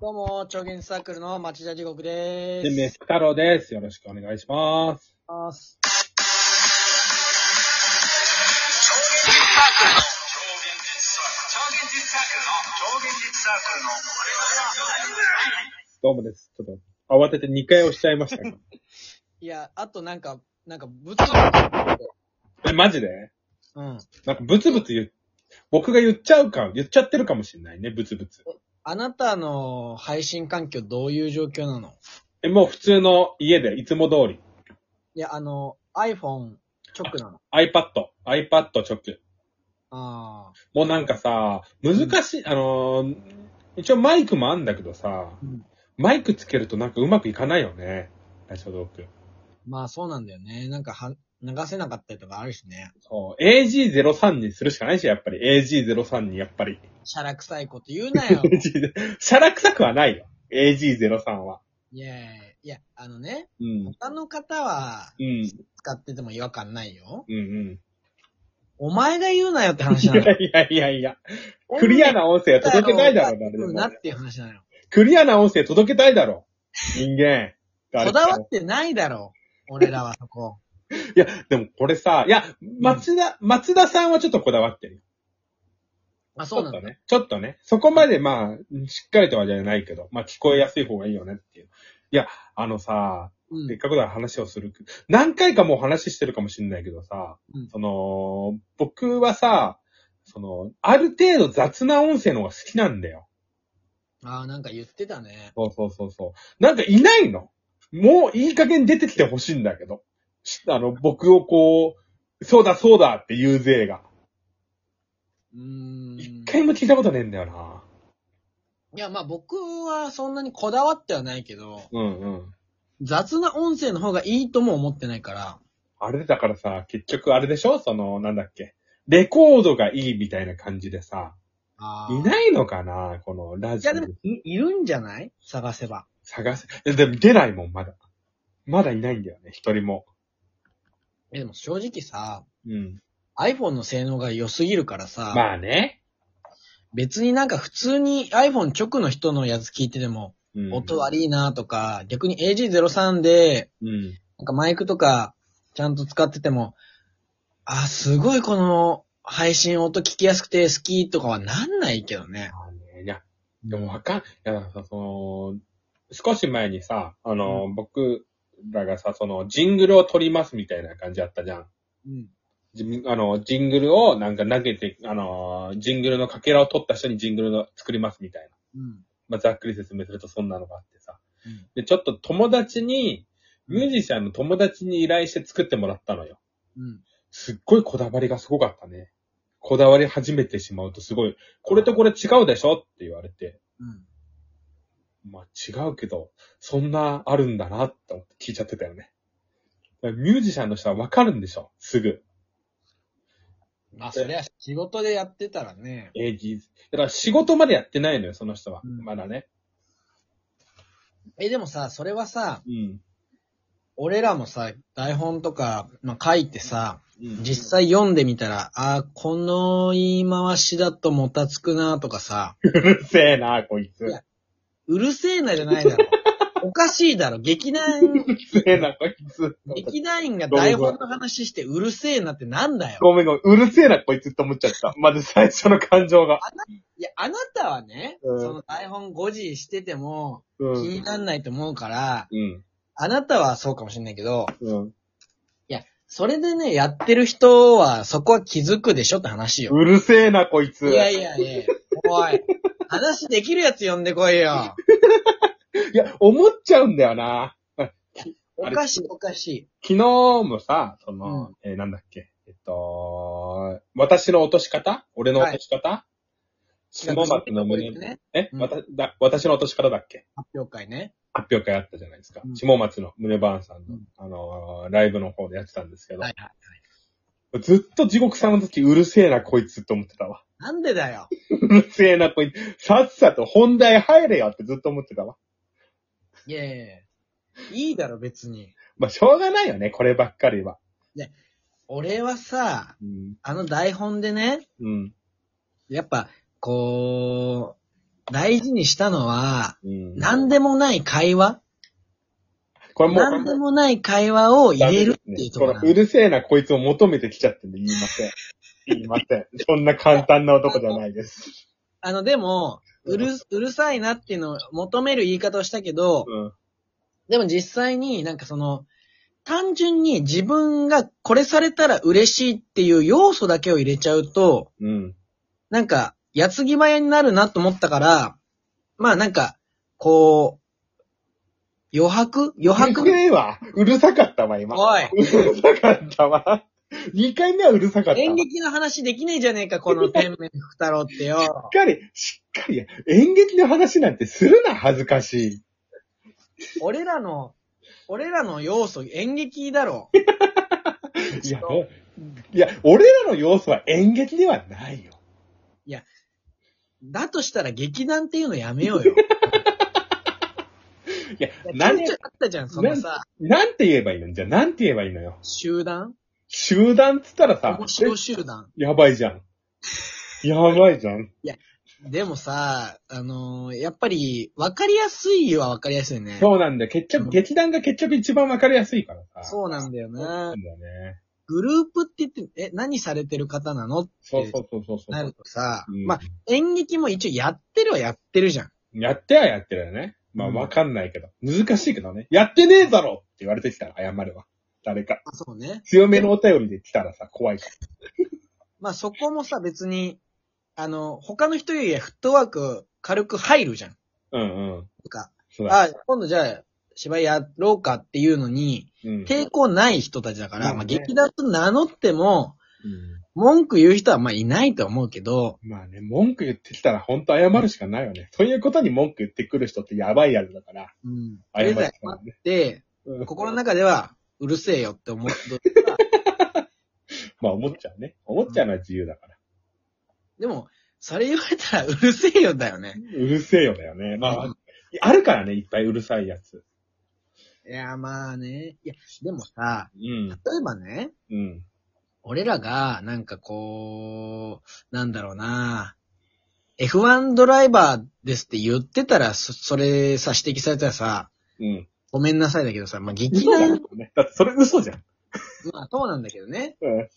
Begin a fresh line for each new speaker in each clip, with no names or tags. どうも、超現実サークルの町田地獄で
で、
ーす。
メス太郎です。よろしくお願いします。
ます。
どうもです。ちょっと、慌てて2回押しちゃいま したが。
いや、あとなんか、なんか、ぶつぶ
え、マジで
つ。うん。
なんかブツブツ言う、僕が言っちゃうか、言っちゃってるかもしれないね、ブツブツ。
あなたの配信環境どういう状況なの
え、もう普通の家で、いつも通り。
いや、あの、iPhone 直なの。
iPad、iPad 直。
ああ。
もうなんかさ、難しい、あのー一応マイクもあんだけどさ、
うん
マイクつけるとなんかうまくいかないよね。ラジオトーク。
まあそうなんだよね。なんかは、流せなかったりとかあるしね。
そう。AG03 にするしかないし、やっぱり。AG03 にやっぱり。
シャラ臭いこと言うな よ。
シャラ臭くはないよ。AG03 は。
いやいやいや、あのね、
うん。
他の方は
うん。
使ってても違和感ないよ。
うんうん。
お前が言うなよって話
い
なの。
やいやいや。クリアな音声は届けたいだろうな、で
う
も
んなっていう話なのよ。
クリアな音声届けたいだろう。人間。
こだわってないだろう。俺らはそ こ。
いや、でもこれさ、いや、松田、松田さんはちょっとこだわってるよ。
あ、そうなん
ち
だ
ょっと。ね。ちょっとね。そこまでまあ、しっかりとはじゃないけど、まあ聞こえやすい方がいいよねっていう。いや、あのさ、
うん
せっ。かくだから話をする。何回かもう話してるかもしれないけどさ、
うん
その、僕はさ、その、ある程度雑な音声の方が好きなんだよ。
あーなんか言ってたね。
そうそうそうそう。なんかいないのもういい加減出てきてほしいんだけど。しあの、僕をこう、そうだそうだって言う勢が。
うーん。
一
い
回も聞いたことねえんだよな。
や、まあ僕はそんなにこだわってはないけど、
うんうん。
雑な音声の方がいいとも思ってないから、
あれだからさ、結局あれでしょその、なんだっけ。レコードがいいみたいな感じでさ、
あー
いないのかなこのラ
い
ジオ
や、でも、い、いるんじゃない探せば。
探せ。えでも出ないもん、まだ。まだいないんだよね、一人も。
え、でも正直さ、
うん。
iPhone の性能が良すぎるからさ、
まあね。
別になんか普通に iPhone 直の人のやつ聞いてても、
うん
音悪いなとか、逆に AG03 で
うん。
なんかマイクとか、ちゃんと使ってても、あ、すごいこの配信音聞きやすくて好きとかはなんないけどね。
まあね。いや、でもわかん、いや、さその、少し前にさ、あの、僕らがさ、その、ジングルを撮りますみたいな感じあったじゃん。
うん。
じあの、ジングルをなんか投げて、あの、ジングルのかけらを取った人にジングルの作りますみたいな。
うん。
まあ、ざっくり説明するとそんなのがあってさ。で、ちょっと友達に、ミュージシャンの友達に依頼して作ってもらったのよ。
うん。
すっごいこだわりがすごかったね。こだわり始めてしまうとすごい、これとこれ違うでしょって言われて、
うん。
まあ違うけど、そんなあるんだなって思って聞いちゃってたよね。ミュージシャンの人はわかるんでしょすぐ。
まあ、そりゃ仕事でやってたらね。
エイジーズ。だから仕事までやってないのよ、その人は。
うん
まだね。
え、でもさ、それはさ、
うん。
俺らもさ、台本とか、まあ、書いてさ、
うん
実。際読んでみたら、あー、この言い回しだともたつくなとかさ、
うるせえな、こいつ。
いうやうるせえなじゃないだ ろ。おかしいだろ。劇団、
るせえな、こいつ。
劇団員が台本の話してうるせえなってなんだよ。
ごめんごめん。うるせえな、こいつって思っちゃった。まず最初の感情が。
いや、あなたはね、
うん
その台本5時してても
う
気
ん
に。なんないと思うから、
うん。
あなたはそうかもしれないけど、
うん。
それでね、やってる人はそこは気づくでしょって話よ。
うるせえな、こいつ。
いやいやいや、おい、話できるやつ呼んでこいよ。
いや、思っちゃうんだよな。
おかしいおかしい。
昨日もさ、その、えーなんだっけ、えっと、私の落とし方俺の落とし方下松の胸
ね、
え、
うん
わただ、私の落とし方だっけ
発表会ね。
発表会あったじゃないですか。
うん
下松の胸バーンさんの、
うん
あのーライブの方でやってたんですけど、
はいはい。
ずっと地獄さんの時うるせえなこいつって思ってたわ。
なんでだよ。
うるせえなこいつ、さっさと本題入れよってずっと思ってたわ。
いやいやいやいいだろ別に。
まあ、しょうがないよね、こればっかりは。
俺はさ、
うん。
あの台本でね、
うん。
やっぱ、こう、大事にしたのは、
うん。
何でもない会話
これもう、
何でもない会話を入れるっていうところ
こ
な
のうるせえなこいつを求めてきちゃってんで言いませ ん。言いません。そんな簡単な男じゃないです。
あの、でも、うる、うるさいなっていうのを求める言い方をしたけど、
うん。
でも実際になんかその、単純に自分がこれされたら嬉しいっていう要素だけを入れちゃうと、
うん。
なんか、矢継ぎ早になるなと思ったから、まあなんか、こう、余白余
うる
白
せえわ。うるさかったわ、今。
おいう
るさかったわ。2回目はうるさかったわ。
演劇の話できねえじゃねえか、この天命福太郎ってよ。
しっかり、しっかり、演劇の話なんてするな、恥ずかしい。
俺らの、俺らの要素、演劇だろ。
いや、もう、いや、俺らの要素は演劇ではないよ。
だとしたら劇団っていうのやめよう よ。
いや、
いや
なん
ちょいちょいあったじゃん、そのさ、
なんて言えばいいのじゃあ、なんて言えばいいのよ。
集団
集団っつったらさ
面、白集団。
えやばいじゃん。やばいじゃん。
でもさ、あのーやっぱり、わかりやすいはわかりやすいね。
そうなんだよ。結
うん
局、劇団が結局一番わかりやすいからさ。
そうなんだよ
そうな。
なん
だよね。
グループって言って、え、何されてる方なのって
そうそうそうそうそう。
なるとさ、
うん
まあ、演劇も一応やってるはやってるじゃん。
やってはやってるよね。まあ、
うん
わかんないけど。難しいけどね。やってねえだろって言われてきたら謝るわ。誰か。
あそうね。
強めのお便りで来たらさ、怖いから。
まあ、そこもさ、別に、あの、他の人よりはフットワーク軽く入るじゃん。
うんうん。
とか、
そうだ。
あ、今度じゃあ、芝居やろうかっていうのに、
うん。
抵抗ない人たちだから、
うん
まあ、
ね
劇団と名乗っても、
うん
文句言う人はまあいないと思うけど、
まあね、文句言ってきたら本当謝るしかないよね。そういうことに文句言ってくる人ってやばいやつだから。
うん。
謝る
経
しか
済
ないね。
で、
うん
心の中では、うるせえよって思う。
まあ思っちゃうね。思っちゃうのは自由だから。
でも、それ言われたらうるせえよだよね。
うるせえよだよね。まあ、
うん
あるからね、いっぱいうるさいやつ。
いや、まあね。いや、でもさ、
うん
例。えばね、
うん。
俺らが、なんかこう、なんだろうな、F1 ドライバーですって言ってたら、そそれさ、指摘されたらさ、
うん。
ごめんなさいだけどさ、まあ、劇
嘘だ
団
よ、ね。だってそれ嘘じゃん。
まあ、そうなんだけどね。
うん。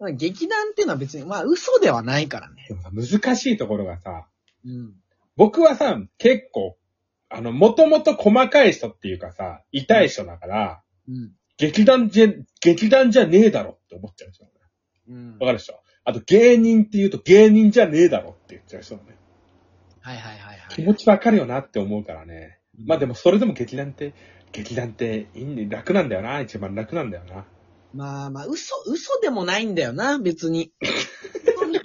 まあ劇団っていうのは別に、まあ、嘘ではないからね。
でもさ、難しいところがさ、
うん。
僕はさ、結構、あの、もともと細かい人っていうかさ、痛い人だから、
うん。
劇団じゃ、劇団じゃねえだろって思っちゃう人だね。
うん。
わかるでしょあと芸人って言うと芸人じゃねえだろって言っちゃう人だね。
はいはいはい
気
はい。
持ちわかるよなって思うからね。まあで
も。
もそれでも劇団って、劇団っていいんで楽なんだよな。一番楽なんだよな。
まあまあ、嘘、嘘でもないんだよな、別に。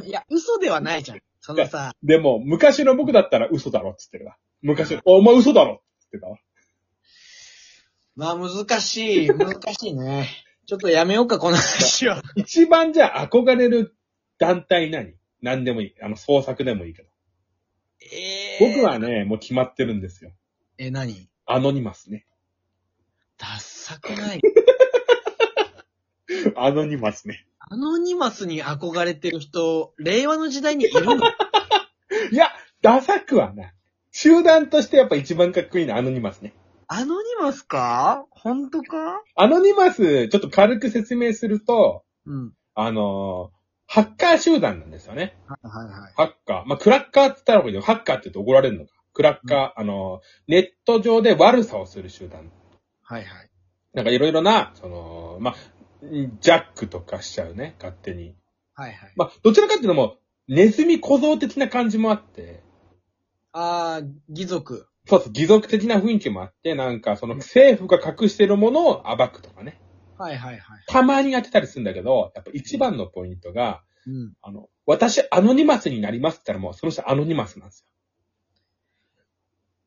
いや、嘘ではないじゃん。そのさ、
でも昔の僕だったら嘘だろっつってるわ。 昔の、お前嘘だろっつってたわ。
まあ難しい、難しいね。ちょっとやめようか、この話は。
一番じゃあ憧れる団体何何でもいい。あの創作でもいいけど。
えー、
僕は。ね、もう決まってるんですよ。
え、何
アノニマスね。
ダッサくない。
アノニマスね。
アノニマスに憧れてる人、令和の時代にいるの
いや、ダサくはない。集団としてやっぱ一番かっこいいのはアノニマスね。
アノニマスか本当か
アノニマス、ちょっと軽く説明すると、
うん。
あのーハッカー集団なんですよね。
はいはいはい。
ハッカー。まあ、クラッカーって言ったらいいけど、ハッカーって言うと怒られるのか。クラッカー、あのーネット上で悪さをする集団。
はいはい。
なんかいろいろな、その、まあ、ジャックとかしちゃうね、勝手に。
はいはい。
まあ、どちらかっていうともう、ネズミ小僧的な感じもあって、
あー、義族。
そうそう、義族的な雰囲気もあって、なんかその政府が隠してるものを暴くとかね。
はいはいはい。
たまにやってたりするんだけど、やっぱ一番のポイントが、
うん。
あの、私、アノニマスになりますって言ったらもう、その人アノニマスなんですよ。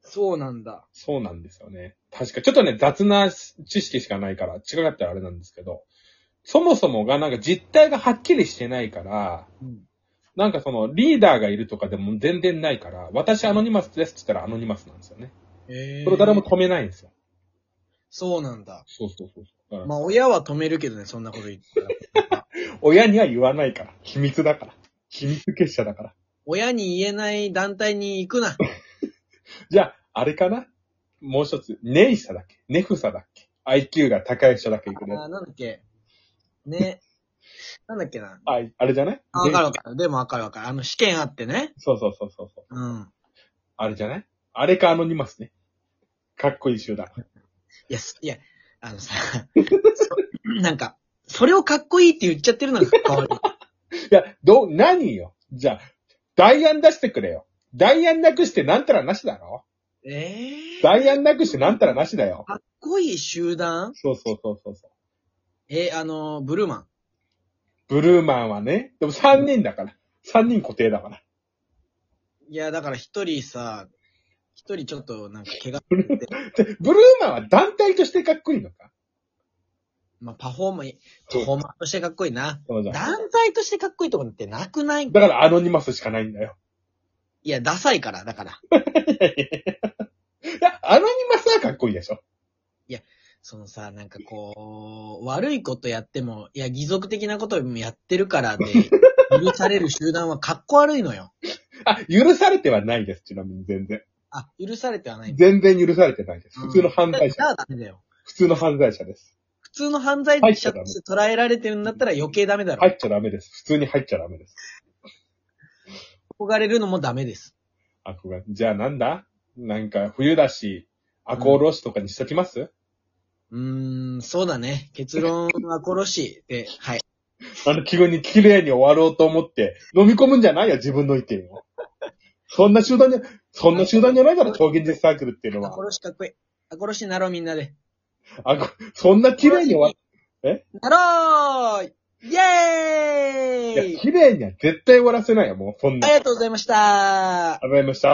そうなんだ。
そうなんですよね。確か、ちょっとね、雑な知識しかないから、違かったらあれなんですけど、そもそもがなんか実態がはっきりしてないから、
うん。
なんかそのリーダーがいるとかでも全然ないから、私アノニマスですって言ったらアノニマスなんですよね。
え
これ誰も止めないんですよ。
そうなんだ。
そうそうそうそう。だから
まあ、親は止めるけどね、そんなこと言ったら。
親には言わないから。秘密だから。秘密結社だから。
親に言えない団体に行く な。
じゃあ、あれかなもう一つ、ネイサだっけネフサだっけ ?IQ が高い人だけ行くね
あ。ーなんだっけ。ね。なんだっけな。
あい、あれじゃない
あ、わかる
ネ
わかる。でもわかるわかる。あの、試験あってね。
そうそうそうそうそう。
うん。
あれじゃないあれかアノニマスね。かっこいい集団。
いや、すいや、あのさ、そなんか、それをかっこいいって言っちゃってるのがかっこ悪い。
いや、どう、何よ。じゃあ、代案出してくれよ。代案なくしてなんたらなしだろ
ええー。かっ
代案なくしてなんたらなしだよ。
こいい集団
そうそうそうそうそう。
えーあの、ブルーマン。
ブルーマンはね、でも3人だから。3人固定だから。
いや、だから一人さ、一人ちょっとなんか怪我してて、
でブルーマンは団体としてかっこいいのか
まあパフォーマン、パフォーマンとしてかっこいいな。
そうじゃん
団体としてかっこいいとこってなくない
だからアノニマスしかないんだよ。
いや、ダサいから、だから。
いや、アノニマスはかっこいいでしょ。
そのさ、なんかこう、悪いことやっても、いや、義族的なこともやってるからで、許される集団はかっこ悪いのよ。
あ、許されてはないです。ちなみに全然。
あ、許されてはない。
全然許されてないです。普通の犯罪
じ
者。
ゃあダメだよ。
普通の犯罪者です。
普通の犯罪者として捉えられてるんだったら余計ダメだろ。
入っちゃダメです。普通に入っちゃダメです。
憧れるのもダメです。
憧れ。じゃあなんだなんか冬だし、アコーロシとかにしときます、
うーん、そうだね。結論は殺し で、はい。
あの気分に綺麗に終わろうと思って、飲み込むんじゃないよ、自分の意見を。そんな集団じゃ、そんな集団じゃないから超現実サークルっていうの
あ、
は。
殺しかっこいい。あ、殺しになろうみんなで。
あこそんな綺麗に終わ
なろうイェ
い
ー
や
イ
綺麗には絶対終わらせないよ、もう。そん
あ
な。
り
あり
がとうございました。
がとうございました。